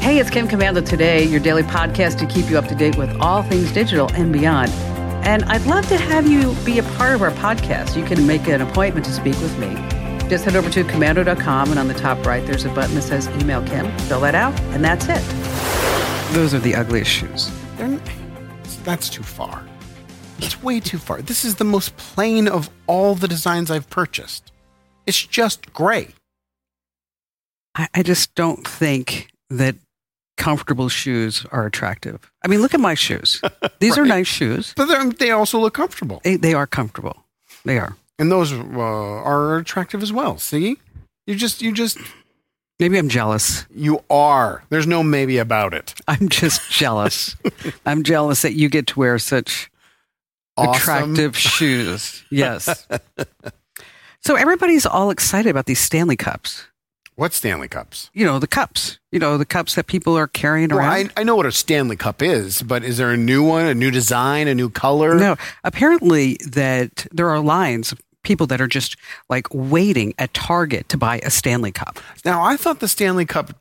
Hey, it's Kim Commando today, your daily podcast to keep you up to date with all things digital and beyond. And I'd love to have you be a part of our podcast. You can make an appointment to speak with me. Just head over to commando.com, and on the top right, there's a button that says Email Kim. Fill that out, and that's it. Those are the ugliest shoes. They're- that's too far. It's way too far. This is the most plain of all the designs I've purchased. It's just gray. I, I just don't think that comfortable shoes are attractive. I mean, look at my shoes. These are Right. nice shoes. But they're- they also look comfortable. They, they are comfortable. They are. And those uh, are attractive as well. See? You just, you just, Maybe I'm jealous. you are. There's no maybe about it. I'm just jealous. I'm jealous that you get to wear such Awesome. attractive shoes. Yes. so everybody's all excited about these Stanley cups. What Stanley Cups? You know, the cups. You know, the cups that people are carrying Well, around. I, I know what a Stanley Cup is, but is there a new one, a new design, a new color? No, apparently that there are lines of people that are just like waiting at Target to buy a Stanley cup. Now, I thought the Stanley Cup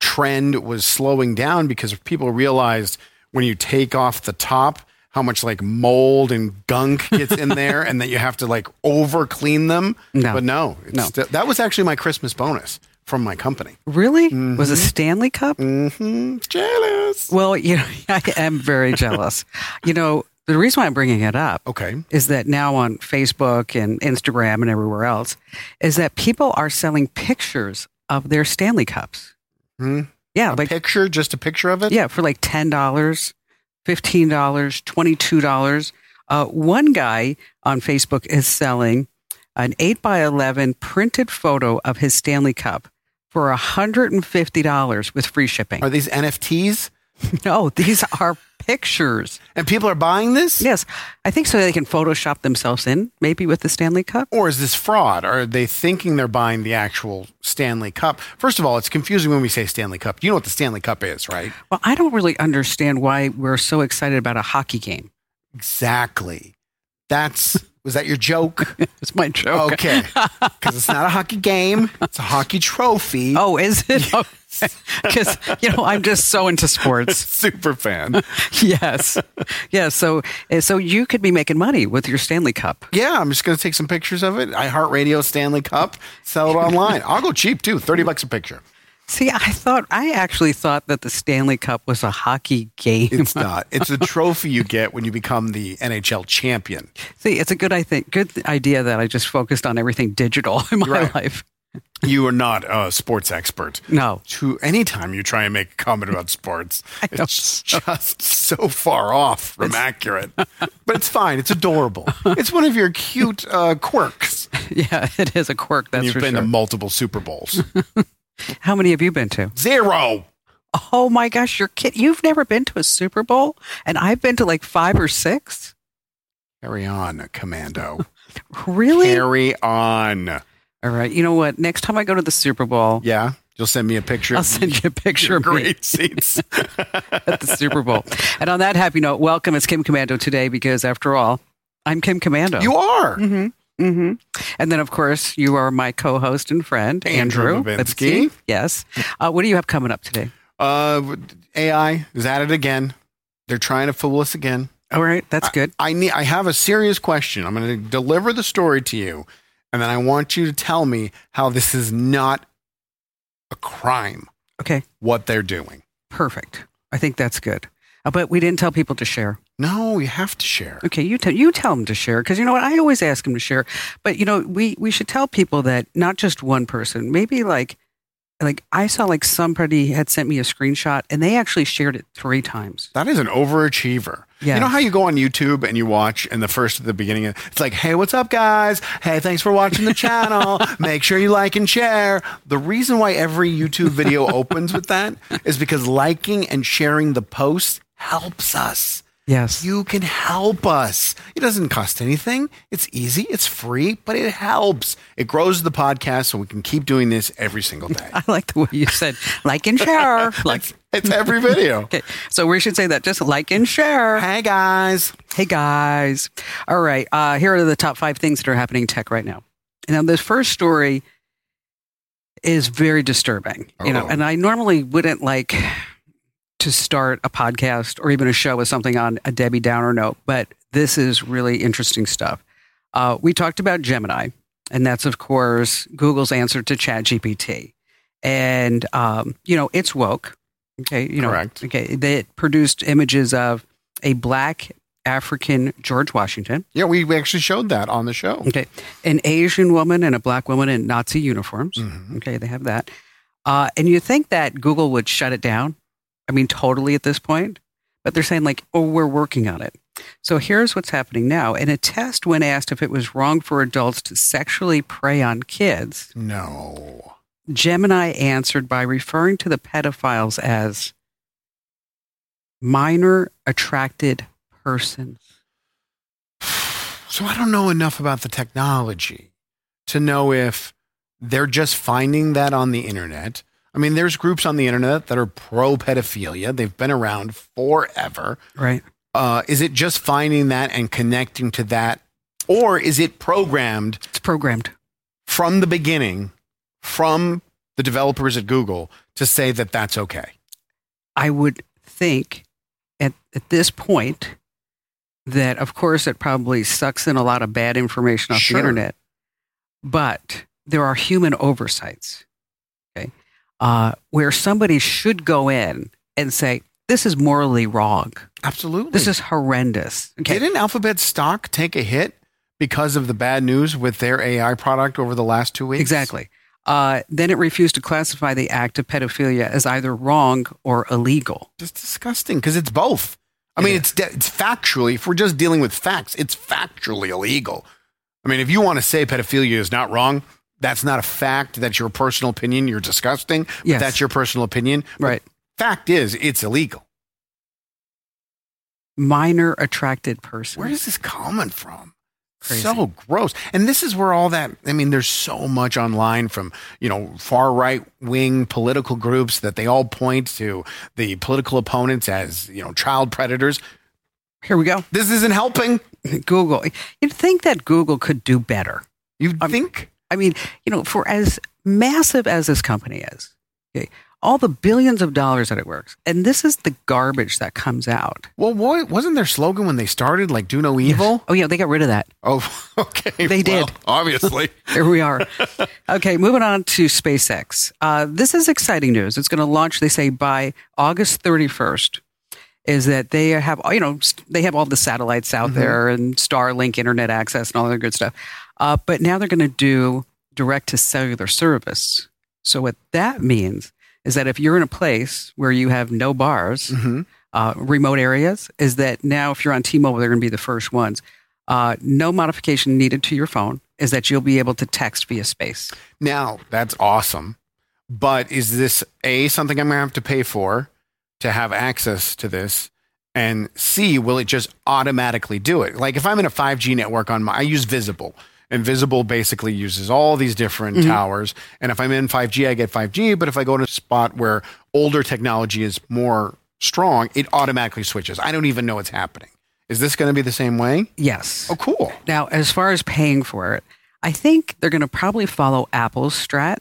trend was slowing down because people realized when you take off the top how much like mold and gunk gets in there and that you have to like over clean them. No. But no, it's No. Still, that was actually my Christmas bonus from my company. Really? Was a Stanley cup? Mm-hmm. Jealous. Well, you know, I am very jealous. you know, the reason why I'm bringing it up Okay. is that now on Facebook and Instagram and everywhere else is that people are selling pictures of their Stanley cups. Hmm. Yeah, A like picture, just a picture of it. yeah, for like ten dollars, fifteen dollars, twenty-two dollars. Uh, one guy on Facebook is selling an eight by eleven printed photo of his Stanley cup for hundred and fifty dollars with free shipping. Are these NFTs? No, these are pictures. And people are buying this? Yes, I think so. They can Photoshop themselves in, maybe with the Stanley Cup. Or is this fraud? Are they thinking they're buying the actual Stanley Cup? First of all, it's confusing when we say Stanley Cup. You know what the Stanley Cup is, right? Well, I don't really understand why we're so excited about a hockey game. Exactly. That's was that your joke? It's my joke. Okay. Because it's not a hockey game, it's a hockey trophy. Oh, is it? Because, you know, I'm just so into sports. Super fan. Yes. Yeah. So, eh, so you could be making money with your Stanley Cup. Yeah, I'm just going to take some pictures of it. iHeartRadio Stanley Cup, sell it online. I'll go cheap too, 30 bucks a picture. See, I thought, I actually thought that the Stanley Cup was a hockey game. It's not. It's a trophy you get when you become the NHL champion. See, it's a good, I think, good idea that I just focused on everything digital in my Right. life. You are not a sports expert. No. To anytime you try and make a comment about sports, know. it's just so far off from accurate. But it's fine. It's adorable. It's one of your cute uh, quirks. Yeah, it is a quirk. That's You've for been sure. to multiple Super Bowls. How many have you been to? Zero. Oh my gosh, you're kid. You've never been to a Super Bowl, and I've been to like five or six. Carry on, Commando. Really? Carry on. All right. You know what? Next time I go to the Super Bowl, Yeah. You'll send me a picture I'll of send you a picture your of me great seats. at the Super Bowl. And on that happy note, welcome. It's Kim Commando today because, after all, I'm Kim Commando. You are. hmm And then, of course, you are my co-host and friend, Andrew Babinski. Yes. Uh, what do you have coming up today? Uh, AI is at it again. They're trying to fool us again. All right, that's good. I need I have a serious question. I'm going to deliver the story to you and then I want you to tell me how this is not a crime Okay, what they're doing. perfect. I think that's good. Uh, but we didn't tell people to share. No, you have to share. Okay, you tell you tell them to share because you know what I always ask them to share, but you know we we should tell people that not just one person, maybe like like I saw like somebody had sent me a screenshot and they actually shared it three times. That is an overachiever. You know Yes. how you go on YouTube and you watch, and the first at the beginning, it's like, hey, what's up, guys? Hey, thanks for watching the channel. Make sure you like and share. The reason why every YouTube video opens with that is because liking and sharing the post helps us. Yes, You can help us. It doesn't cost anything. It's easy, it's free, but it helps. It grows the podcast so we can keep doing this every single day. I like the way you said like and share. Like it's every video. okay, so we should say that just like and share. Hey guys. Hey guys, all right. Uh, here are the top five things that are happening in tech right now. Now this first story is very disturbing. You know, Uh-oh. and I normally wouldn't like to start a podcast or even a show with something on a Debbie Downer note, but this is really interesting stuff. Uh, we talked about Gemini, and that's of course Google's answer to ChatGPT, and um, you know it's woke. Okay, you know, Correct. okay, that produced images of a black African George Washington. Yeah, we we actually showed that on the show. Okay. An Asian woman and a black woman in Nazi uniforms. Mhm. Okay. They have that. Uh, and you think that Google would shut it down? I mean, totally at this point. But they're saying, like, oh, we're working on it. So here's what's happening now. In a test, when asked if it was wrong for adults to sexually prey on kids, No. Gemini answered by referring to the pedophiles as minor attracted persons. So I don't know enough about the technology to know if they're just finding that on the internet. I mean, there's groups on the internet that are pro pedophilia. They've been around forever. Right. Uh, is it just finding that and connecting to that, or is it programmed It's programmed. from the beginning from the developers at Google to say that that's okay? I would think at, at this point that, of course, it probably sucks in a lot of bad information off Sure. the internet, but there are human oversights, okay, uh, where somebody should go in and say, this is morally wrong. Absolutely. This is horrendous. Okay. Didn't Alphabet stock take a hit because of the bad news with their AI product over the last two weeks? Exactly. Uh, then it refused to classify the act of pedophilia as either wrong or illegal. Just disgusting because it's both. I mean, Yeah. it's de- it's factually. If we're just dealing with facts, it's factually illegal. I mean, if you want to say pedophilia is not wrong, that's not a fact. That's your personal opinion. You're disgusting. But Yes. That's your personal opinion. But Right. fact is, it's illegal. Minor attracted person. Where is this coming from? Crazy. So gross. And this is where all that, I mean, there's so much online from, you know, far right wing political groups that they all point to the political opponents as, you know, child predators. Here we go. This isn't helping. Google. You'd think that Google could do better. You I'm- think? I mean, you know, for as massive as this company is, okay, all the billions of dollars that it works, and this is the garbage that comes out. Well, why, wasn't their slogan when they started, like, do no evil? Oh yeah, they got rid of that. Oh, okay. They well, did. Obviously. Here we are. okay, moving on to SpaceX. Uh, this is exciting news. It's going to launch. They say by August thirty first. Is that they have you know s- they have all the satellites out there and Starlink internet access and all that good stuff, uh, but now they're going to do direct to cellular service. So what that means is that if you're in a place where you have no bars, hmm uh, remote areas is that now if you're on T-Mobile, they're going to be the first ones. Uh, no modification needed to your phone is that you'll be able to text via space. Now, that's awesome. But is this A, something I'm going to have to pay for to have access to this? And C, will it just automatically do it? Like if I'm in a 5G network on my, I use Visible. And Visible basically uses all these different towers. And if I'm in 5G, I get 5G. But if I go to a spot where older technology is more strong, it automatically switches. I don't even know what's happening. Is this going to be the same way? Yes. Oh, cool. Now, as far as paying for it, I think they're going to probably follow Apple's strat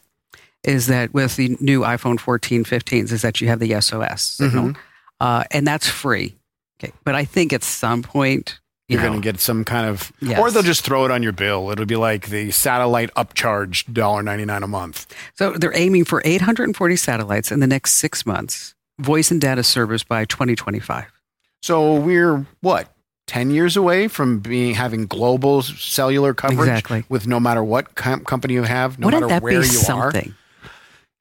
is that with the new iPhone 14, 15s is that you have the SOS signal. Uh, and that's free. Okay. But I think at some point, you you're know, going to get some kind of Yes. or they'll just throw it on your bill it'll be like the satellite upcharge $1.99 a month So they're aiming for 840 satellites in the next six months, voice and data service by 2025. so we're what 10 years away from being having global cellular coverage Exactly. with no matter what com- company you have no Wouldn't matter that where be you are it's something? going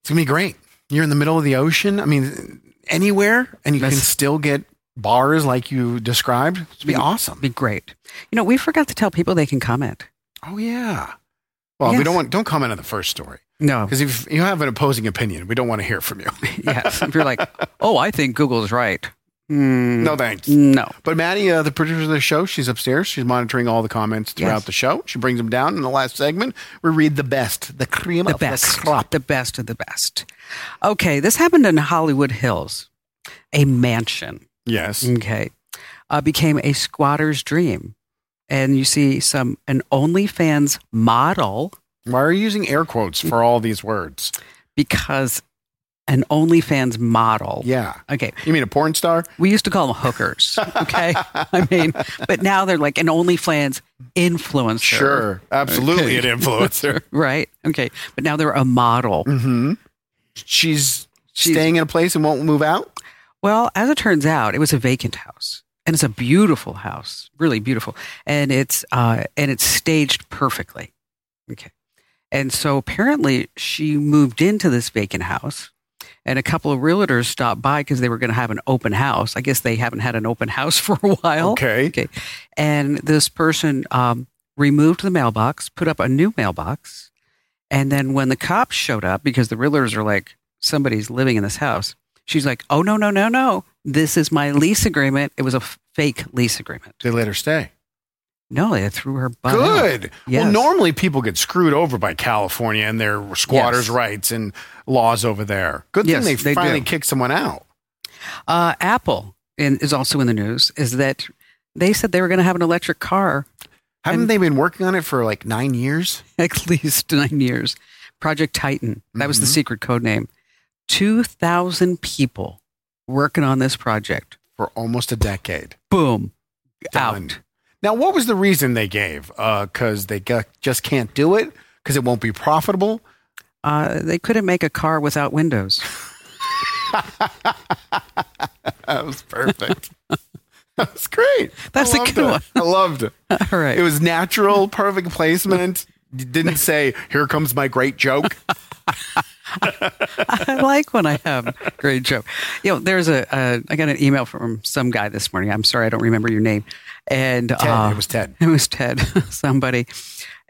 to be great you're in the middle of the ocean i mean anywhere and you That's- can still get bars like you described it'd be awesome Be great. You know, we forgot to tell people they can comment. oh yeah well we Yes. don't want don't comment on the first story No. because if you have an opposing opinion we don't want to hear from you yes. If you're like, oh, I think Google's right. Hmm, no thanks No. But Maddie, uh, the producer of the show, she's upstairs. She's monitoring all the comments throughout Yes. the show. She brings them down in the last segment. We read the best, the cream The of best. the crop. The best of the best. Okay. This happened in Hollywood Hills. A mansion, Yes. okay, uh, became a squatter's dream. And you see some, an OnlyFans model Why are you using air quotes for all these words? because an OnlyFans model. Yeah. Okay. You mean a porn star? We used to call them hookers. Okay. I mean, but now they're like an OnlyFans influencer. Sure. Absolutely an influencer. Right. Okay. But now they're a model. hmm She's, She's- staying in a place and won't move out. Well, as it turns out, it was a vacant house, and it's a beautiful house, really beautiful, and it's uh, and it's staged perfectly. Okay, and so apparently she moved into this vacant house, and a couple of realtors stopped by because they were going to have an open house. I guess they haven't had an open house for a while, Okay. and this person um, removed the mailbox, put up a new mailbox, and then when the cops showed up, because the realtors are like, somebody's living in this house, she's like, oh no no no no, this is my lease agreement. It was a f- fake lease agreement. They let her stay. No, they threw her butt. out. Good. Well, Yes. normally people get screwed over by California and their squatters' Yes. rights and laws over there. Good Yes, thing they, they finally do. kicked someone out. Uh, Apple in, is also in the news. Is that they said they were going to have an electric car Haven't And- they been working on it for like nine years? at least nine years. Project Titan. That was the Mhm. secret code name. Two thousand people working on this project. For almost a decade. Boom. Done. Out. Now, what was the reason they gave? Because they got, just can't do it because it won't be profitable. Uh, they couldn't make a car without windows. That was perfect. that was great. That's I a loved good it. one. I loved it. All right. It was natural, perfect placement. You didn't say, "Here comes my great joke." I like when I have great joke. You know, there's a, uh, I got an email from some guy this morning. I'm sorry, I don't remember your name. And Ted, uh, it was Ted. It was Ted, somebody.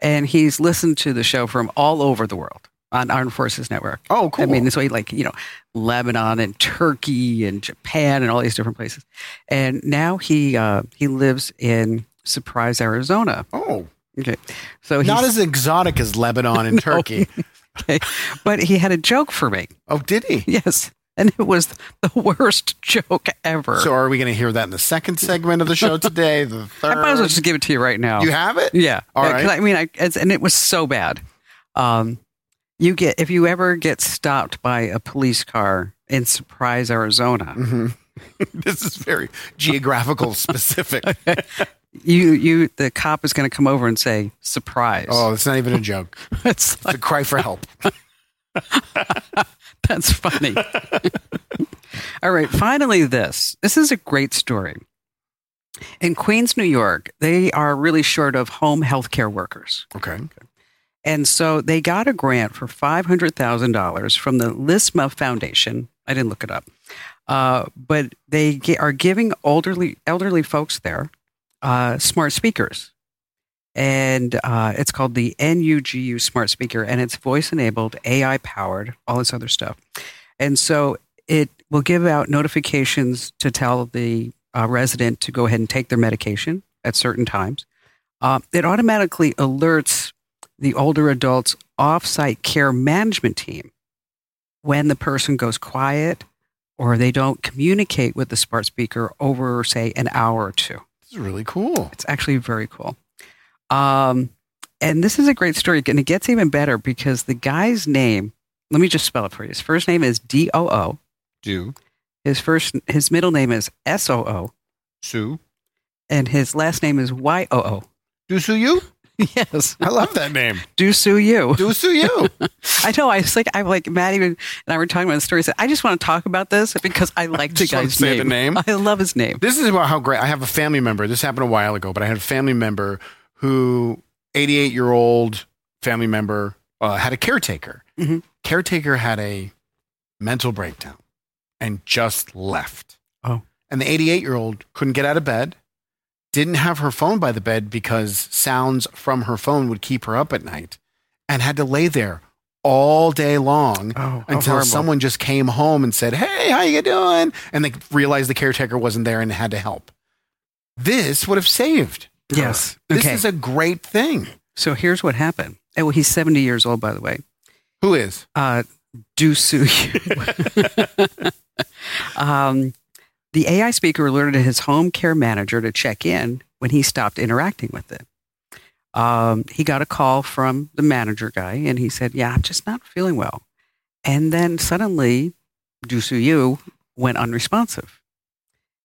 And he's listened to the show from all over the world on Armed Forces Network. Oh, cool. I mean, this way, like, you know, Lebanon and Turkey and Japan and all these different places. And now he uh, he lives in Surprise, Arizona. oh, Okay. So he's, not as exotic as Lebanon and Turkey. okay. But he had a joke for me. Oh, did he? Yes. And it was the worst joke ever. So, are we going to hear that in the second segment of the show today? The I third? might as well just give it to you right now. you have it. Yeah. All Yeah, right. 'cause I mean, I, it's, and it was so bad. Um, you get if you ever get stopped by a police car in Surprise, Arizona, Mhm. this is very geographical specific. you you the cop is going to come over and say surprise. Oh, it's not even a joke. It's It's a cry for help. That's funny. All right, finally, this. This is a great story. In Queens, New York, they are really short of home health care workers. Okay. And so they got a grant for $500,000 from the LISMA Foundation. I didn't look it up. Uh, but they ge- are giving elderly, elderly folks there uh, smart speakers. And uh, it's called the NUGU Smart Speaker, and it's voice enabled, AI powered, all this other stuff. And so it will give out notifications to tell the uh, resident to go ahead and take their medication at certain times. Uh, it automatically alerts the older adult's offsite care management team when the person goes quiet or they don't communicate with the smart speaker over, say, an hour or two. This is really cool. It's actually very cool. Um, and this is a great story, and it gets even better because the guy's name. Let me just spell it for you. His first name is D O O. Do His first, his middle name is S O O, Sue. and his last name is Y O O. Do Sue you? Yes, I love that name. do sue you. Do Sue you? I know. I was like, I'm like Matt even, and I were talking about the story. I said, I just want to talk about this because I like the Just wanna guy's say the name. name. I love his name. This is about how great I have a family member. This happened a while ago, but I had a family member who, 88 year old family member, uh, had a caretaker. Mhm. Caretaker had a mental breakdown and just left. Oh. And the 88 year old couldn't get out of bed, didn't have her phone by the bed because sounds from her phone would keep her up at night, and had to lay there all day long Oh, until someone just came home and said, "Hey, how you doing?" And they realized the caretaker wasn't there and had to help. This would have saved. her. Yes. This Okay. is a great thing. So here's what happened. Oh, he's 70 years old, by the way. Who is? uh, do sue you. um, the AI speaker alerted his home care manager to check in when he stopped interacting with it. Um, he got a call from the manager guy and he said, Yeah, I'm just not feeling well. And then suddenly, Dusu Yu went unresponsive.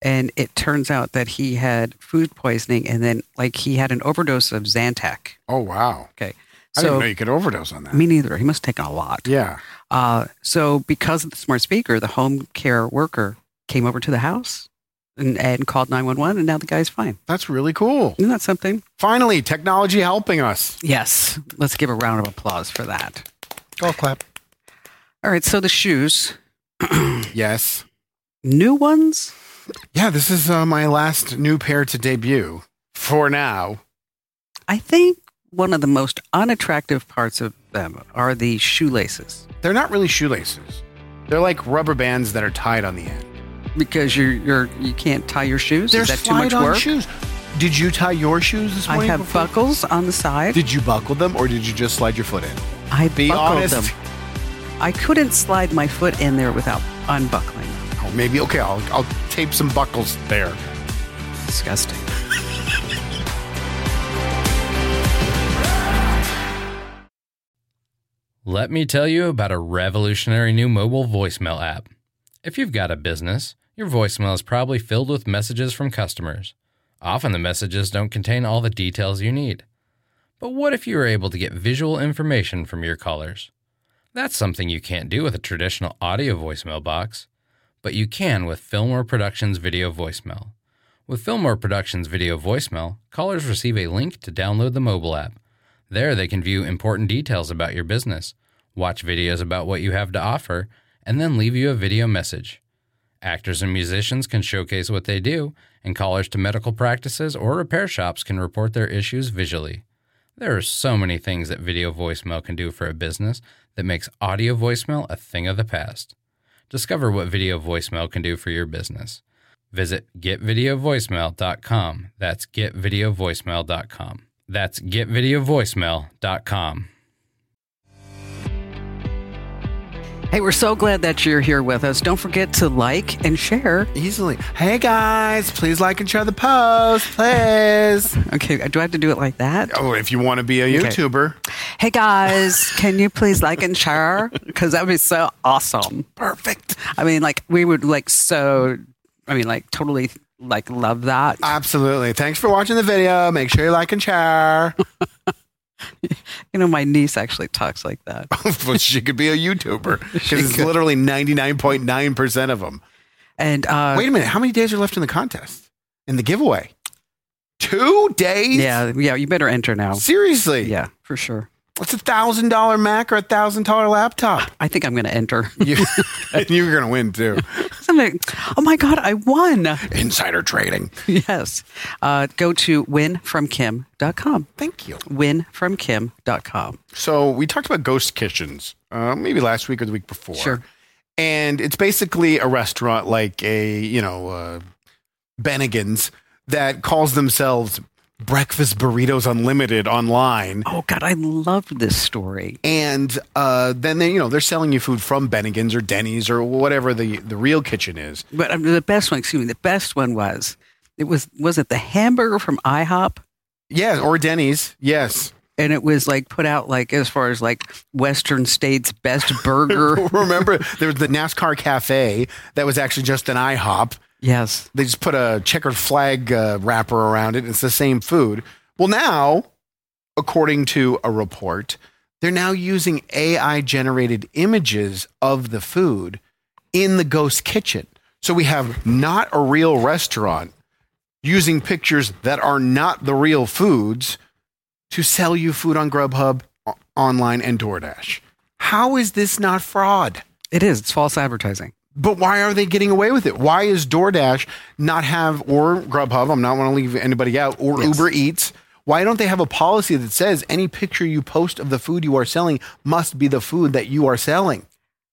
And it turns out that he had food poisoning and then, like, he had an overdose of Zantac. Oh wow! I didn't So, know you could overdose on that. me neither. He must have taken a lot. yeah. Uh, so, because of the smart speaker, the home care worker came over to the house and, and called 911, and now the guy's fine. That's really cool. Isn't that something? Finally, technology helping us. Yes. Let's give a round of applause for that. Golf clap. All right. So, the shoes, Yes. new ones? Yeah, this is uh, my last new pair to debut for now. I think one of the most unattractive parts of them are the shoelaces They're not really shoelaces. They're like rubber bands that are tied on the end. because you're you're you can't tie your shoes. They're Is that too much slide-on work? shoes. Did you tie your shoes this I morning? have before- buckles on the side. Did you buckle them or did you just slide your foot in? I Be buckled honest. them. I couldn't slide my foot in there without unbuckling. Oh, maybe okay. I'll I'll tape some buckles there. Disgusting. Let me tell you about a revolutionary new mobile voicemail app. If you've got a business, your voicemail is probably filled with messages from customers. Often the messages don't contain all the details you need. But what if you were able to get visual information from your callers? That's something you can't do with a traditional audio voicemail box, but you can with Fillmore Productions Video Voicemail. With Fillmore Productions Video Voicemail, callers receive a link to download the mobile app. There, they can view important details about your business, watch videos about what you have to offer, and then leave you a video message. Actors and musicians can showcase what they do, and callers to medical practices or repair shops can report their issues visually. There are so many things that video voicemail can do for a business that makes audio voicemail a thing of the past. Discover what video voicemail can do for your business. Visit getvideovoicemail.com. That's getvideovoicemail.com. That's getvideovoicemail.com. Hey, we're so glad that you're here with us. Don't forget to like and share. Easily. Hey guys, please like and share the post, please. Okay, do I have to do it like that? oh, if you want to be a Okay. YouTuber, Hey guys, can you please like and share? Because that would be so awesome. perfect. I mean, like we would like so. I mean, like totally like love that. Uh, Absolutely. Thanks for watching the video. Make sure you like and share. You know, my niece actually talks like that. But she could be a YouTuber because it's literally 99.9% of them. And uh, Wait a minute. How many days are left in the contest? In the giveaway? Two days? yeah, yeah, you better enter now. Seriously? Yeah, for sure. It's a thousand dollar Mac or a thousand dollar laptop. I think I'm going to enter. You, and you're gonna win too. I'm like, oh my god, I won! Insider trading. Yes. Uh, go to winfromkim.com. Thank you. Winfromkim.com. So we talked about ghost kitchens, uh, maybe last week or the week before. Sure. and it's basically a restaurant like a you know uh, Bennigan's that calls themselves Breakfast Burritos Unlimited online, Oh god, I love this story. and uh, then they you know they're selling you food from Bennigan's or Denny's or whatever the the real kitchen is. But um, the best one, excuse me, the best one was it was was it the hamburger from IHOP? Yeah, or Denny's. Yes, and it was like put out like as far as like Western states best burger. remember there was the NASCAR Cafe that was actually just an IHOP. yes, They just put a checkered flag uh, wrapper around it. It's the same food. Well, now, according to a report, they're now using AI generated images of the food in the ghost kitchen. So we have not a real restaurant using pictures that are not the real foods to sell you food on Grubhub, o- online, and DoorDash. How is this not fraud? it is. It's false advertising. But why are they getting away with it? Why is DoorDash not have or Grubhub? I'm not want to leave anybody out or Yes. Uber Eats. Why don't they have a policy that says any picture you post of the food you are selling must be the food that you are selling?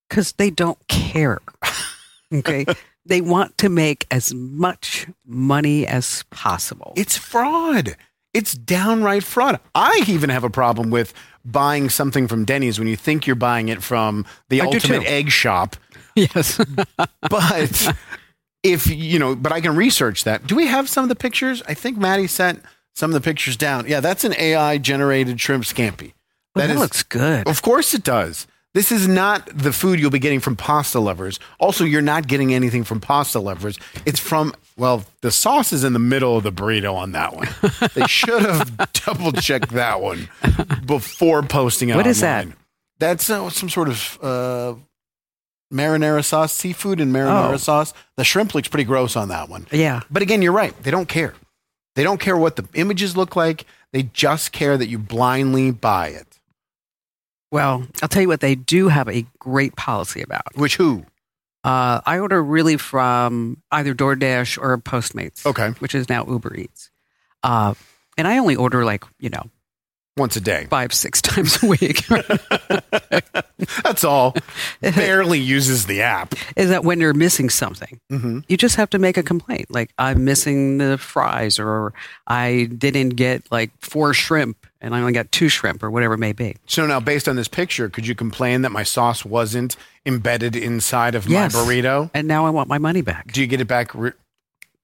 because they don't care. Okay. they want to make as much money as possible. It's fraud. It's downright fraud. I even have a problem with buying something from Denny's when you think you're buying it from the I do too. ultimate egg shop. yes. But if you know, but I can research that. Do we have some of the pictures? I think Maddie sent some of the pictures down. Yeah, that's an AI generated shrimp scampi. Well, That that is, Oh. looks good. of course it does. This is not the food you'll be getting from pasta lovers. Also, you're not getting anything from pasta lovers. It's from, well, the sauce is in the middle of the burrito on that one. They should have double checked that one before posting it What is that? online. That's uh, some sort of uh, marinara sauce, seafood and marinara Oh. sauce. The shrimp looks pretty gross on that one. Yeah. But again, you're right. They don't care. They don't care what the images look like. They just care that you blindly buy it. Well, I'll tell you what they do have a great policy about. Which who? Uh, I order really from either DoorDash or Postmates, Okay. which is now Uber Eats. Uh, and I only order like, you know, Once a day. five, six times a week. That's all. Barely uses the app. is that when you're missing something, Mm-hmm. you just have to make a complaint. Like, I'm missing the fries, or I didn't get like four shrimp and I only got two shrimp, or whatever it may be. So now, based on this picture, could you complain that my sauce wasn't embedded inside of Yes. my burrito? And now I want my money back. Do you get it back? Re-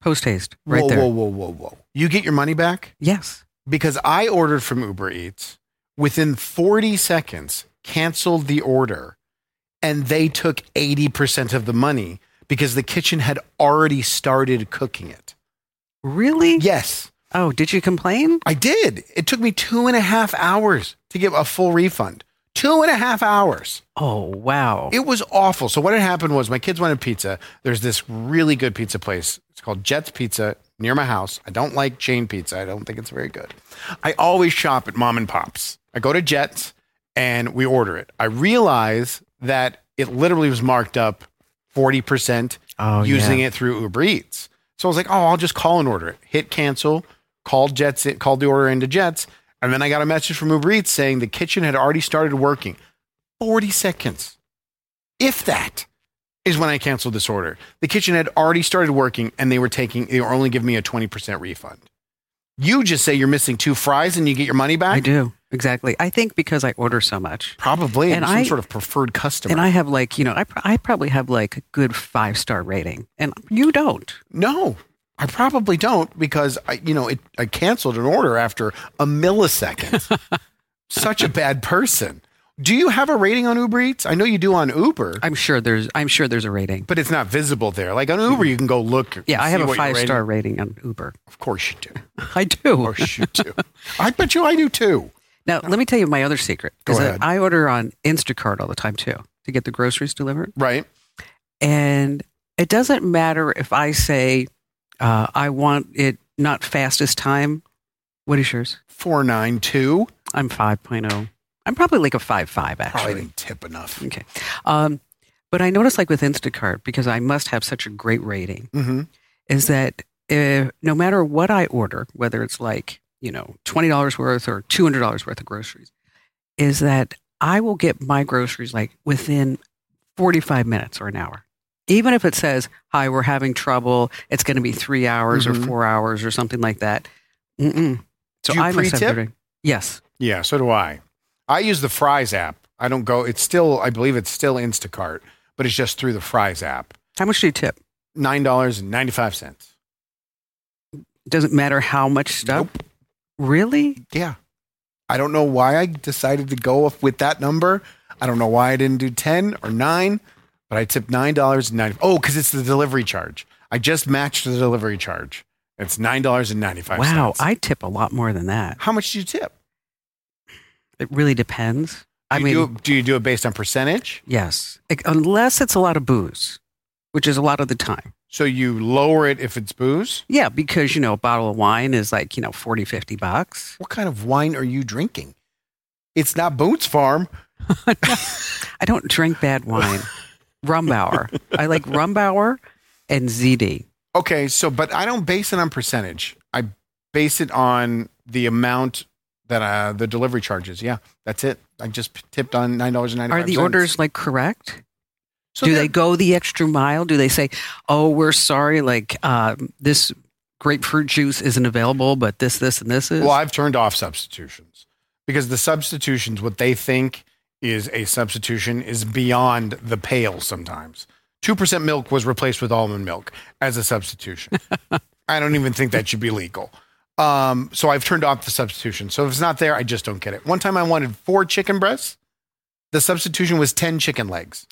Post haste, right whoa, there. whoa, whoa, whoa, whoa! You get your money back Yes. because I ordered from Uber Eats within 40 seconds, canceled the order, and they took 80% of the money because the kitchen had already started cooking it. Really? Yes. Oh, did you complain? I did. It took me two and a half hours to get a full refund. Two and a half hours. Oh, wow. It was awful. So what had happened was my kids wanted pizza. There's this really good pizza place. It's called Jets Pizza near my house. I don't like chain pizza. I don't think it's very good. I always shop at mom and pops. I go to Jets and we order it. I realize that it literally was marked up 40% oh, using it through Uber Eats. So I was like, oh, I'll just call and order it. Hit cancel, called Jets, in, called the order into Jets, and then I got a message from Uber Eats saying the kitchen had already started working. Forty seconds, if that, is when I canceled this order. The kitchen had already started working, and they were taking they were only giving me a twenty percent refund. You just say you're missing two fries and you get your money back. I do exactly. I think because I order so much, Probably, And and some I- sort of preferred customer. and I have like you know, I pr- I probably have like a good five star rating, and you don't. No, I probably don't because I, you know, it, I canceled an order after a millisecond. Such a bad person. Do you have a rating on Uber Eats? I know you do on Uber, I'm sure there's I'm sure there's a rating. but it's not visible there. Like on Uber, you can go look. and Mm-hmm. Yeah, I see have a what your five rating- star rating on Uber. Of course you do. I Of do. course you do. I bet you I do too. Now let me tell you my other secret. Go is that ahead. I order on Instacart all the time too to get the groceries delivered, Right? and it doesn't matter if I say uh, I want it not fastest time. What is yours? Four nine two. I'm 5.0. I'm probably like a five five Probably actually. didn't tip enough. Okay. Um, but I noticed, like with Instacart, because I must have such a great rating, Mm-hmm. is that if, no matter what I order, whether it's like, you know, $20 worth or $200 worth of groceries, is that I will get my groceries like within 45 minutes or an hour. Even if it says, hi, we're having trouble, it's going to be three hours or Mhm. four hours or something like that. Mm-mm. So Do you I must have pre-tip? good rating. Yes. Yeah, so do I. I use the Fries app. I don't go. It's still. I believe it's still Instacart, but it's just through the Fries app. How much do you tip? nine dollars and ninety five cents. Doesn't matter how much stuff. Really? Yeah, I don't know why I decided to go up with that number. I don't know why I didn't do ten or nine, but I tipped nine dollars and ninety. Oh, because it's the delivery charge. I just matched the delivery charge. It's nine dollars and ninety five. Wow, I tip a lot more than that. how much do you tip? It really depends. I Do mean, you do, do you do it based on percentage? yes, Like, unless it's a lot of booze, which is a lot of the time. So you lower it if it's booze. Yeah, because you know, a bottle of wine is like, you know, 40, 50 bucks. What kind of wine are you drinking? It's not Boots Farm. I don't drink bad wine. Rumbauer. I like Rumbauer and ZD. Okay, so but I don't base it on percentage. I base it on the amount that uh, the delivery charges. Yeah, that's it. I just p- tipped on nine dollars and ninety Are five. the orders like correct? So Do they're- they go the extra mile? Do they say, "Oh, we're sorry, like uh, this grapefruit juice isn't available, but this, this, and this is"? Well, I've turned off substitutions because the substitutions, what they think is a substitution, is beyond the pale. Sometimes two percent milk was replaced with almond milk as a substitution. I don't even think that should be legal. Um, so I've turned off the substitution. So if it's not there, I just don't get it. One time I wanted four chicken breasts. The substitution was 10 chicken legs.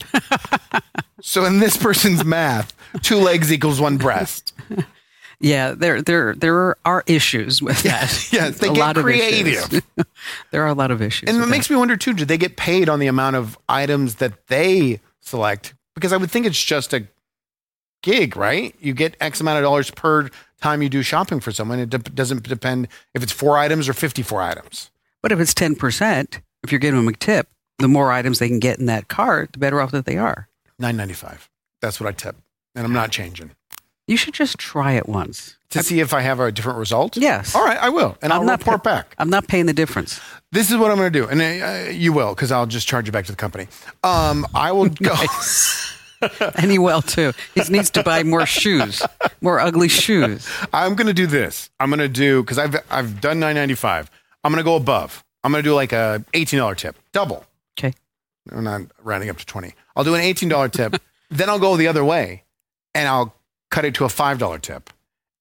so in this person's math, two legs equals one breast. Yeah, there there there are issues with that. yes, they a get lot Of creative. issues. there are a lot of issues. And it with makes me wonder too, do they get paid on the amount of items that they select? Because I would think it's just a gig, right? You get X amount of dollars per time you do shopping for someone. It de- doesn't depend if it's four items or 54 items. that. But if it's ten percent, if you're giving them a tip, the more items they can get in that cart, the better off that they are. 995. That's what I tip. And I'm not changing. You should just try it once. To see if I have a different result? Yes. All right, I will. And I'll I'm not report pa- back. I'm not paying the difference. This is what I'm going to do. And uh, you will, because I'll just charge you back to the company. Um, I will go. and he will too. He needs to buy more shoes, more ugly shoes. I'm gonna do this. I'm gonna do because I've I've done 9.95. I'm gonna go above. I'm gonna do like a $18 tip, double. Okay. I'm not rounding up to 20. I'll do an $18 tip. then I'll go the other way, and I'll cut it to a $5 tip,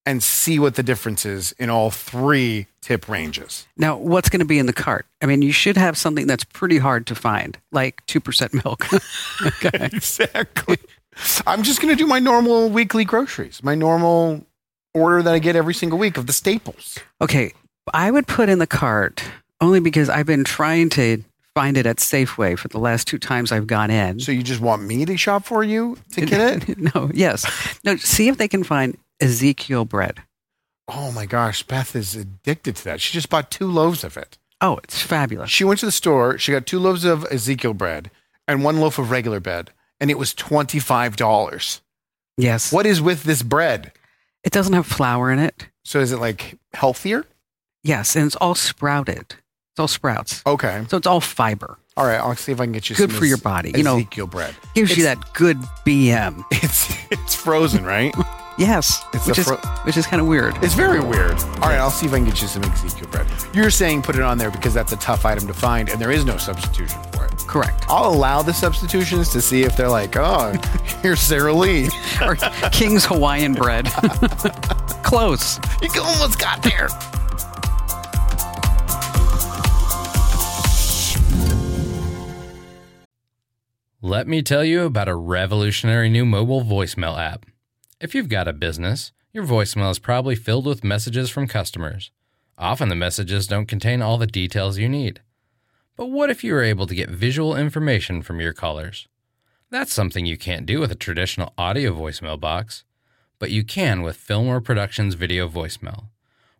and see what the difference is in all three tip ranges. Now, what's going to be in the cart? I mean, you should have something that's pretty hard to find, like 2% milk. okay. Exactly. I'm just gonna do my normal weekly groceries, my normal order that I get every single week of the staples. Okay. I would put in the cart only because I've been trying to find it at Safeway for the last two times I've gone in. So you just want me to shop for you to get it? no, yes. No, see if they can find Ezekiel bread. Oh my gosh, Beth is addicted to that. She just bought two loaves of it. Oh, it's fabulous. She went to the store, she got two loaves of Ezekiel bread and one loaf of regular bread, and it was $25. Yes. What is with this bread? It doesn't have flour in it. So is it like healthier? Yes. And it's all sprouted, it's all sprouts. Okay. So it's all fiber. All right, I'll see if I can get you Good some for your Ez- body, you know. Ezekiel bread. Gives you that good BM. It's it's frozen, right? Yes. It's which, a is, fro- which is kind of weird. It's very weird. All right, I'll see if I can get you some Ezekiel bread. You're saying put it on there because that's a tough item to find and there is no substitution for it. Correct. I'll allow the substitutions to see if they're like, oh, here's Sarah Lee. or King's Hawaiian bread. Close. You almost got there. Let me tell you about a revolutionary new mobile voicemail app. If you've got a business, your voicemail is probably filled with messages from customers. Often the messages don't contain all the details you need. But what if you were able to get visual information from your callers? That's something you can't do with a traditional audio voicemail box, but you can with Fillmore Productions Video Voicemail.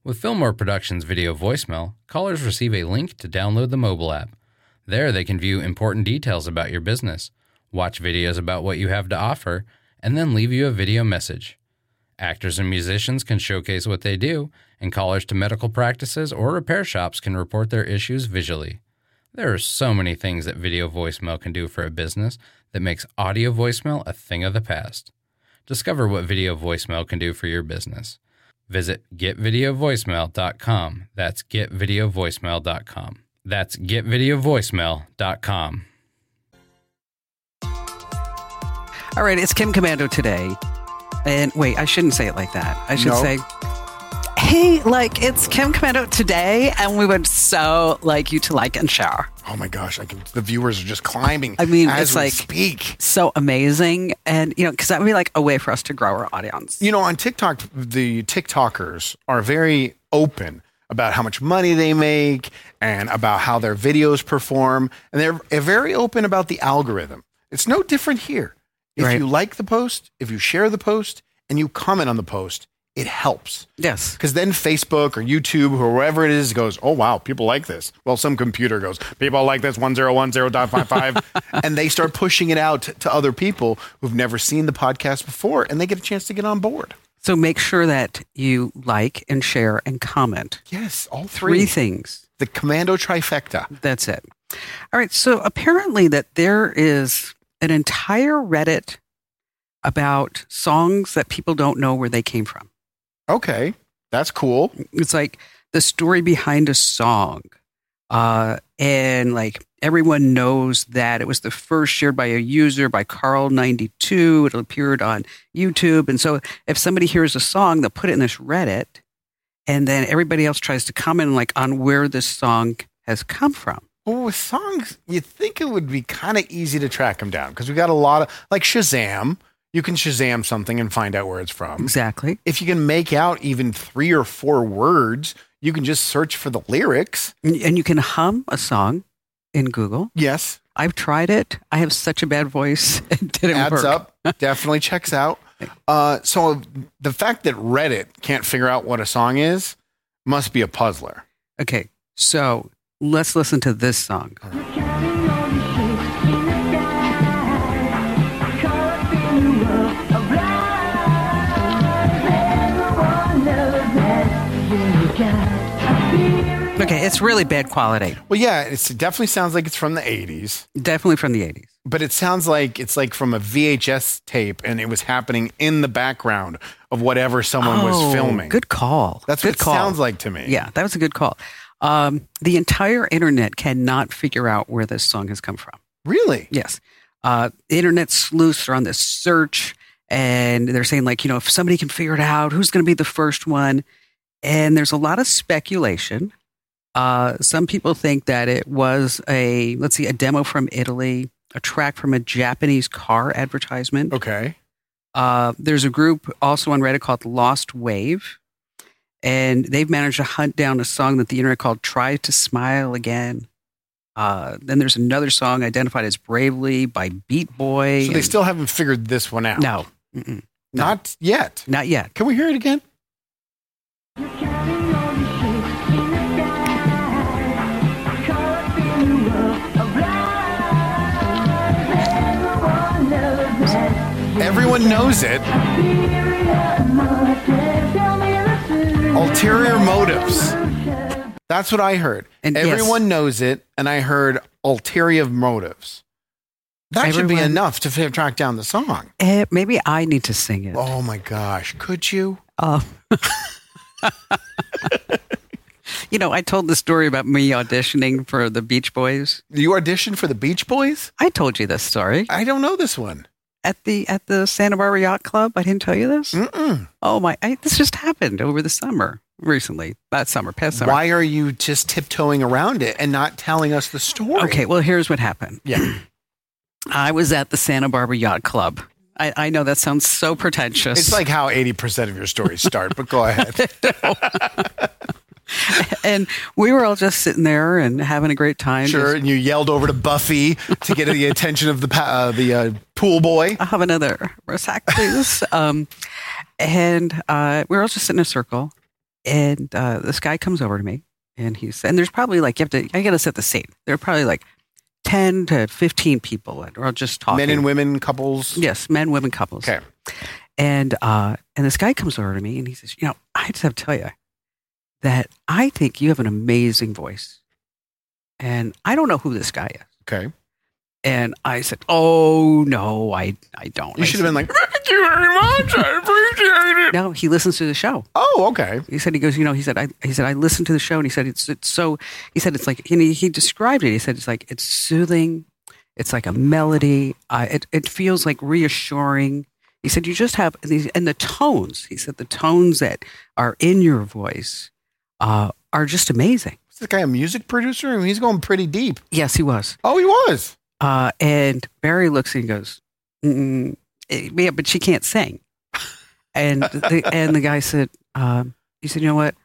With Fillmore Productions Video Voicemail, callers receive a link to download the mobile app. There, they can view important details about your business, watch videos about what you have to offer, and then leave you a video message. Actors and musicians can showcase what they do, and callers to medical practices or repair shops can report their issues visually. There are so many things that video voicemail can do for a business that makes audio voicemail a thing of the past. Discover what video voicemail can do for your business. Visit getvideovoicemail.com. That's getvideovoicemail.com. That's getvideovoicemail.com. All right, it's Kim Commando today. And wait, I shouldn't say it like that. I should No. say, hey, like it's Kim Commando today, and we would so like you to like and share. Oh my gosh, I can, the viewers are just climbing. I mean, as it's we like- speak. So amazing. And, you know, because that would be like a way for us to grow our audience. You know, on TikTok, the TikTokers are very open about how much money they make and about how their videos perform, and they're very open about the algorithm. It's no different here. If Right. you like the post, if you share the post, and you comment on the post, it helps. Yes. Because then Facebook or YouTube or wherever it is goes, oh, wow, people like this. Well, some computer goes, people like this 1010.55. and they start pushing it out to other people who've never seen the podcast before and they get a chance to get on board. So make sure that you like and share and comment. Yes, all three. Three things. the commando trifecta. That's it. All right. So apparently, that there is an entire Reddit about songs that people don't know where they came from. Okay, that's cool. It's like the story behind a song, uh, and like everyone knows that it was the first shared by a user by Carl ninety two. It appeared on YouTube, and so if somebody hears a song, they'll put it in this Reddit, and then everybody else tries to comment like on where this song has come from. Well, with songs, you think it would be kind of easy to track them down because we got a lot of like Shazam. You can Shazam something and find out where it's from. Exactly. If you can make out even three or four words, you can just search for the lyrics. And and you can hum a song in Google. Yes, I've tried it. I have such a bad voice. It didn't adds work. up, definitely checks out. Uh, so the fact that Reddit can't figure out what a song is must be a puzzler. Okay. So let's listen to this song. Counting all the shapes in the sky, caught in a world of lies. Everyone knows that you got a feeling. Okay. It's really bad quality. Well, yeah, it's, it definitely sounds like it's from the '80s. Definitely from the 80s. but it sounds like it's like from a VHS tape and it was happening in the background of whatever someone was filming. Oh, Good call. That's good what it sounds like to me. Yeah, that was a good call. Um, the entire internet cannot figure out where this song has come from. Really? Yes. Uh, internet sleuths are on this search and they're saying, like, you know, if somebody can figure it out, who's going to be the first one? And there's a lot of speculation. Uh, some people think that it was a, let's see, a demo from Italy, a track from a Japanese car advertisement. Okay. Uh, there's a group also on Reddit called Lost Wave, and they've managed to hunt down a song that the internet called "Try to Smile Again." Uh, then there's another song identified as "Bravely" by Beat Boy. So they and- still haven't figured this one out. no, mm-mm, Not yet. not yet. Can we hear it again? Counting all the shapes in the sky, caught in a world of lies. Everyone knows that Everyone knows Ulterior it. motives, tell me the truth. Ulterior motives. That's what I heard. And yes. Everyone knows it. And I heard ulterior motives. That should be Everyone- enough to f- track down the song. Eh, maybe I need to sing it. Oh my gosh. Could you? Um, you know, I told the story about me auditioning for the Beach Boys. You auditioned for the Beach Boys? I told you this story I don't know this one. at the at the Santa Barbara Yacht Club. I didn't tell you this. Mm-mm. Oh my! I, this just happened over the summer, recently. Not summer, past summer. Why are you just tiptoeing around it and not telling us the story? Okay, well, here's what happened. Yeah. I was at the Santa Barbara Yacht Club. I, I know that sounds so pretentious. It's like how 80% of your stories start, but go ahead. and we were all just sitting there and having a great time. Sure. Just- And you yelled over to Buffy to get the attention of the, pa- uh, the uh, pool boy. I'll have another Rosac, please. um, and uh, we were all just sitting in a circle, and uh, this guy comes over to me, and he's and there's probably like you have to. I got to set the scene. There are probably like ten to fifteen people, and we're all just talking. Men and women, couples. Yes, men, women, couples. Okay. And uh, and this guy comes over to me and he says, you know, I just have to tell you that I think you have an amazing voice, and I don't know who this guy is. Okay. And I said, oh no, I I don't. You I should have said, been like, thank you very much. I appreciate it. No, he listens to the show. Oh, okay. He said he goes, you know, he said I he said I listened to the show and he said it's it's so he said it's like and he, he described it. He said it's like it's soothing, it's like a melody. Uh, it it feels like reassuring. He said you just have these and the tones. He said the tones that are in your voice uh, are just amazing. Is this guy a music producer? I mean, he's going pretty deep. Yes, he was. Oh, he was. Uh, and Barry looks and goes, Mm-mm, eh, yeah, but she can't sing. And the, and the guy said, um, he said, you know what?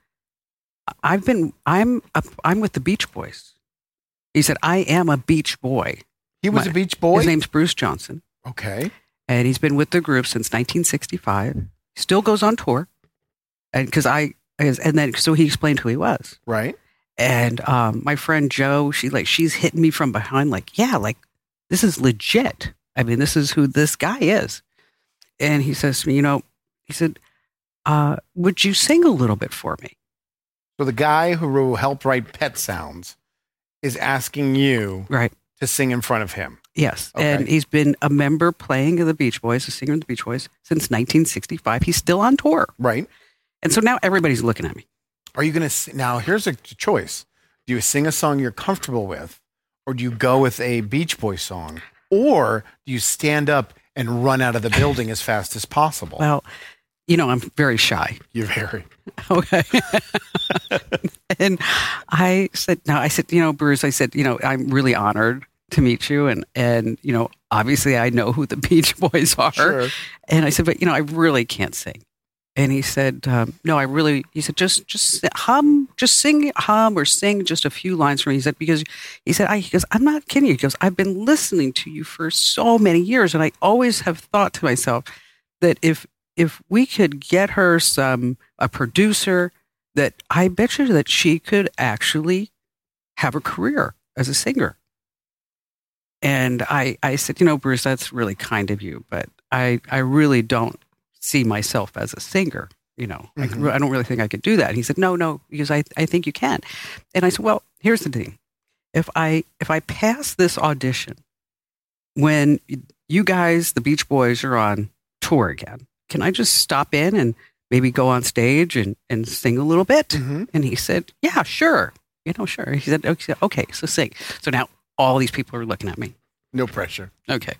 I've been, I'm, a, I'm with the Beach Boys. He said, I am a Beach Boy. He was My- a beach boy. His name's Bruce Johnson, okay. and he's been with the group since 1965. He still goes on tour, and because I, is- and then so he explained who he was. Right. And um, my friend Joe, she like she's hitting me from behind, like, yeah, like this is legit. I mean, this is who this guy is. And he says to me, you know, he said, uh, would you sing a little bit for me? So the guy who helped write Pet Sounds is asking you Right. to sing in front of him. Yes. Okay. And he's been a member playing of the Beach Boys, a singer of the Beach Boys, since 1965. He's still on tour. Right. And so now everybody's looking at me. Are you going to now? Here's a choice: Do you sing a song you're comfortable with, or do you go with a Beach Boy song, or do you stand up and run out of the building as fast as possible? Well, You know, I'm very shy. You're very. Okay. and I said, no, I said, you know, Bruce, I said, you know, I'm really honored to meet you. And, and, you know, obviously I know who the Beach Boys are. Sure. And I said, but, you know, I really can't sing. And he said, um, no, I really, he said, just, just si- hum, just sing, hum or sing just a few lines for me. He said, because he said, I, he goes, I'm not kidding you. He goes, I've been listening to you for so many years. And I always have thought to myself that if, if we could get her some, a producer that I bet you that she could actually have a career as a singer. And I, I said, you know, Bruce, that's really kind of you, but I, I really don't see myself as a singer. You know, I Mhm. re- I, don't really think I could do that. And he said, no, no, because I, I think you can. And I said, well, here's the thing. If I, if I pass this audition, when you guys, the Beach Boys are on tour again, can I just stop in and maybe go on stage and, and sing a little bit? Mhm. And he said, Yeah, sure. You know, sure. He said, okay, he said, okay, so sing. So now all these people are looking at me. No pressure. Okay.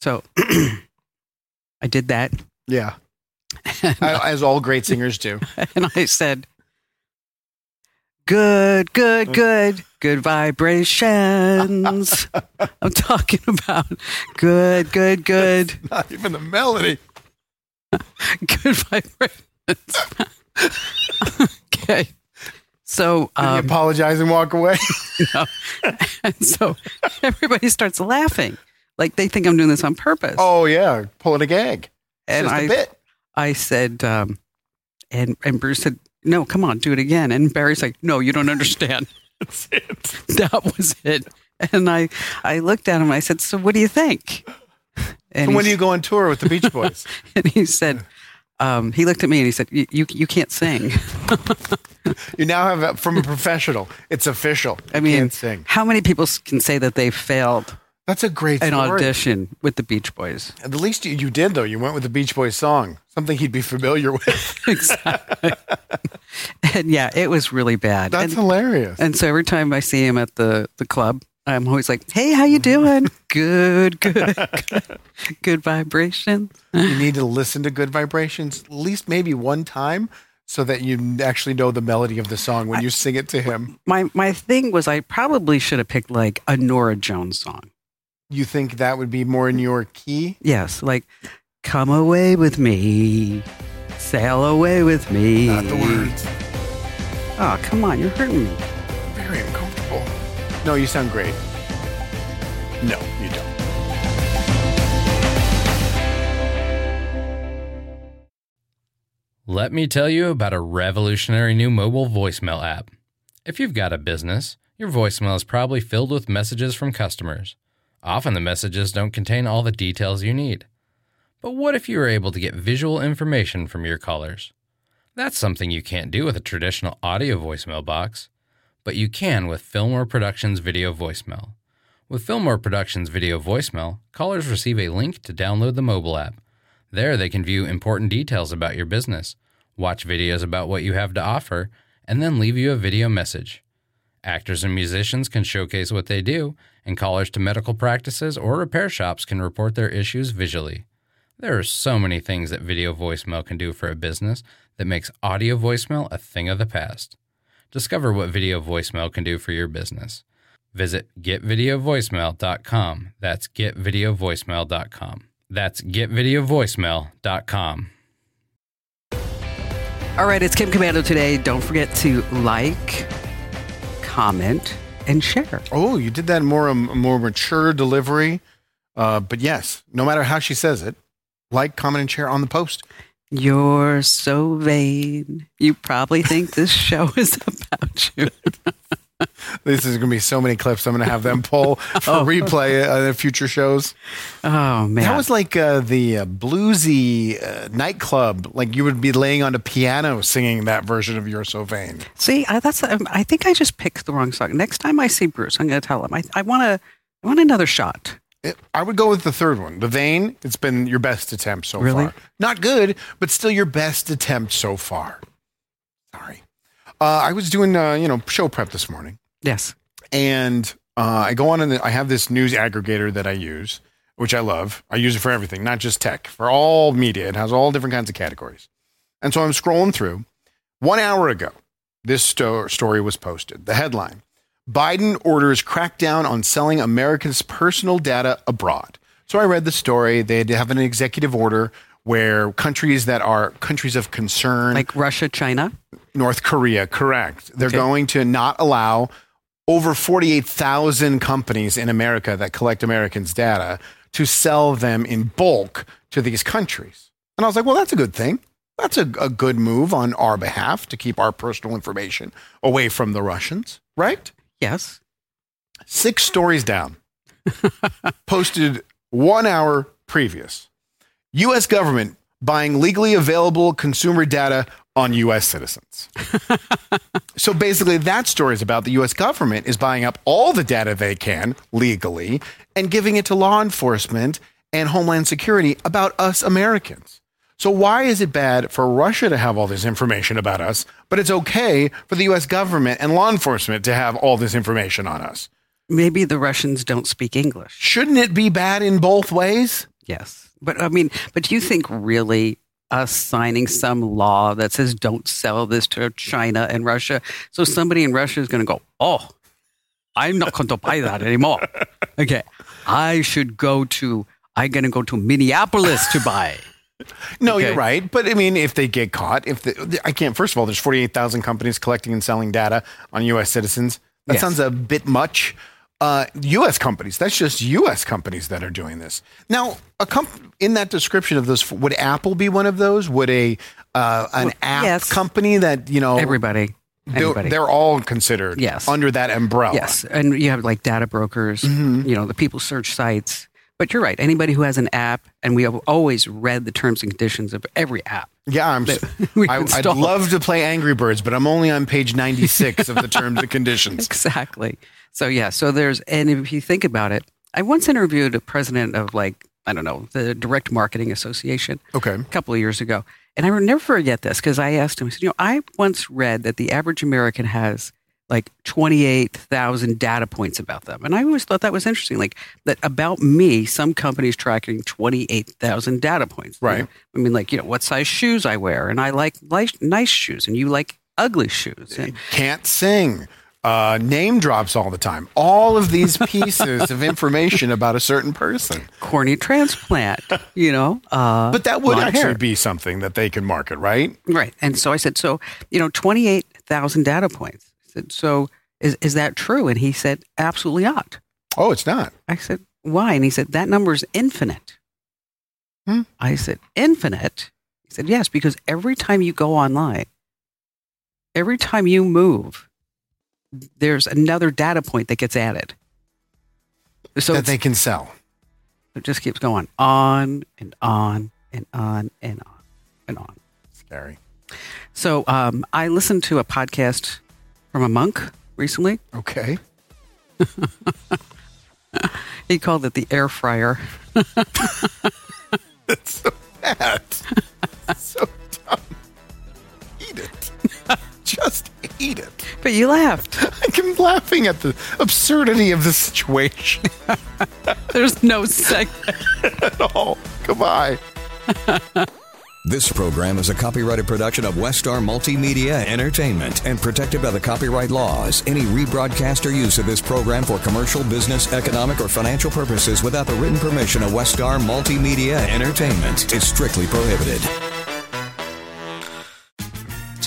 So I did that. Yeah. I, as all great singers do. And I said, Good, good, good, good vibrations. I'm talking about good, good, good. Not even the melody. good vibrations. okay. So, Did you um, apologize and walk away. and so everybody starts laughing. Like they think I'm doing this on purpose. oh yeah, pulling a gag. It's and just a I, bit. I said, um, and, and Bruce said, no, come on, do it again. And Barry's like, no, you don't understand. That was it. And I, I looked at him and I said, so what do you think? And And he when do you go on tour with the Beach Boys? and he said, um, he looked at me and he said, "You- you, you can't sing. you now have a, from a professional. It's official. I You mean, can't sing. how many people s- can say that they failed That's a great an story. audition with the Beach Boys? At least you, you did though. You went with the Beach Boys song, something he'd be familiar with. exactly. and yeah, it was really bad. and, That's hilarious. and so every time I see him at the, the club, I'm always like, "Hey, how you doing? good, good, good, good vibration." you need to listen to Good Vibrations at least maybe one time so that you actually know the melody of the song when you sing it to him. My my thing was I probably should have picked like a Nora Jones song. You think that would be more in your key? Yes, like "Come Away with Me." Sail away with me. Not the words. Oh, come on, you're hurting me. Very uncomfortable. No, you sound great. No, you don't. Let me tell you about a revolutionary new mobile voicemail app. If you've got a business, your voicemail is probably filled with messages from customers. Often the messages don't contain all the details you need. But what if you were able to get visual information from your callers? That's something you can't do with a traditional audio voicemail box, but you can with Fillmore Productions Video Voicemail. With Fillmore Productions Video Voicemail, callers receive a link to download the mobile app. There, they can view important details about your business, watch videos about what you have to offer, and then leave you a video message. Actors and musicians can showcase what they do, and callers to medical practices or repair shops can report their issues visually. There are so many things that video voicemail can do for a business that makes audio voicemail a thing of the past. Discover what video voicemail can do for your business. Visit getvideovoicemail.com. That's getvideovoicemail.com. That's getvideovoicemail.com. All right, it's Kim Commando today. Don't forget to like, comment, and share. Oh, you did that in more a more mature delivery. Uh, but yes, no matter how she says it, like, comment, and share on the post. You're so vain. You probably think this show is about you. This is going to be so many clips. I'm going to have them pull for replay uh, in future shows. Oh man, That was like uh, the uh, bluesy uh, nightclub. Like you would be laying on a piano singing that version of "You're So Vain." see, I, that's. um, I think I just picked the wrong song. Next time I see Bruce, I'm going to tell him. I, I want to. I want another shot. It- I would go with the third one, "The Vain." It's been your best attempt so Really? far. Not good, but still your best attempt so far. Sorry, uh, I was doing uh, you know show prep this morning. Yes. and uh, I go on and I have this news aggregator that I use. which I love. I use it for everything, not just tech, for all media. It has all different kinds of categories. And so I'm scrolling through. One hour ago, this sto- story was posted. The headline Biden orders crackdown on selling Americans' personal data abroad. So I read the story. They had to have an executive order where countries that are countries of concern, Like Russia, China. North Korea, correct. They're Okay. going to not allow over 48,000 companies in America that collect Americans' data to sell them in bulk to these countries. And I was like, well, that's a good thing. That's a, a good move on our behalf to keep our personal information away from the Russians, right? Yes. six stories down, posted one hour previous. U.S. government buying legally available consumer data on U.S. citizens. so basically, that story is about the U.S. government is buying up all the data they can legally and giving it to law enforcement and Homeland Security about us Americans. So, why is it bad for Russia to have all this information about us, but it's okay for the US government and law enforcement to have all this information on us? Maybe the Russians don't speak English. shouldn't it be bad in both ways? Yes. But I mean, but do you think really us signing some law that says don't sell this to China and Russia? So somebody in Russia is going to go, oh, I'm not going to buy that anymore. Okay. I should go to, I'm going to go to Minneapolis to buy. No, Okay. you're right. But I mean, if they get caught, if the, I can't, first of all, there's 48,000 companies collecting and selling data on U.S. citizens. That Yes. sounds a bit much. Uh, U.S. companies. That's just U.S. companies that are doing this. Now, a comp- in that description of those, would Apple be one of those? Would a uh, an app yes. company that you know Everybody. they're, Everybody. they're all considered Yes. under that umbrella? Yes, and you have like data brokers, you know, the people search sites. But you're right. Anybody who has an app, and we have always read the terms and conditions of every app. Yeah, I'm. That s- we I, would installed. love to play Angry Birds, but I'm only on page 96 of the terms and conditions. Exactly. So yeah. So there's, and if you think about it, I once interviewed a president of like I don't know the Direct Marketing Association Okay. a couple of years ago, and I will never forget this because I asked him. I said, you know, I once read that the average American has like 28,000 data points about them. And I always thought that was interesting. Like that about me, some companies tracking 28,000 data points. You Right. know? I mean, like, you know, what size shoes I wear. And I like li- nice shoes and you like ugly shoes. And Can't sing. Uh, name drops all the time. All of these pieces of information about a certain person. corny transplant, you know? Uh, But that would blonde actually hair. be something that they can market, right? Right. And so I said, so, you know, 28,000 data points. I said, so is, is that true? And he said, absolutely not. Oh, it's not. I said, why? And he said, that number is infinite. Hmm. I said, infinite? He said, yes, because every time you go online, every time you move, there's another data point that gets added. So that it's- they can sell. it just keeps going on and on and on and on and on. Scary. So um, I listened to a podcast from a monk recently. Okay. He called it the air fryer. That's so bad. so dumb. Eat it. Just eat it. But you laughed. I'm laughing at the absurdity of the situation. There's no sex. Oh, goodbye. This program is a copyrighted production of Westar Multimedia Entertainment and protected by the copyright laws. Any rebroadcast or use of this program for commercial, business, economic, or financial purposes without the written permission of Westar Multimedia Entertainment is strictly prohibited.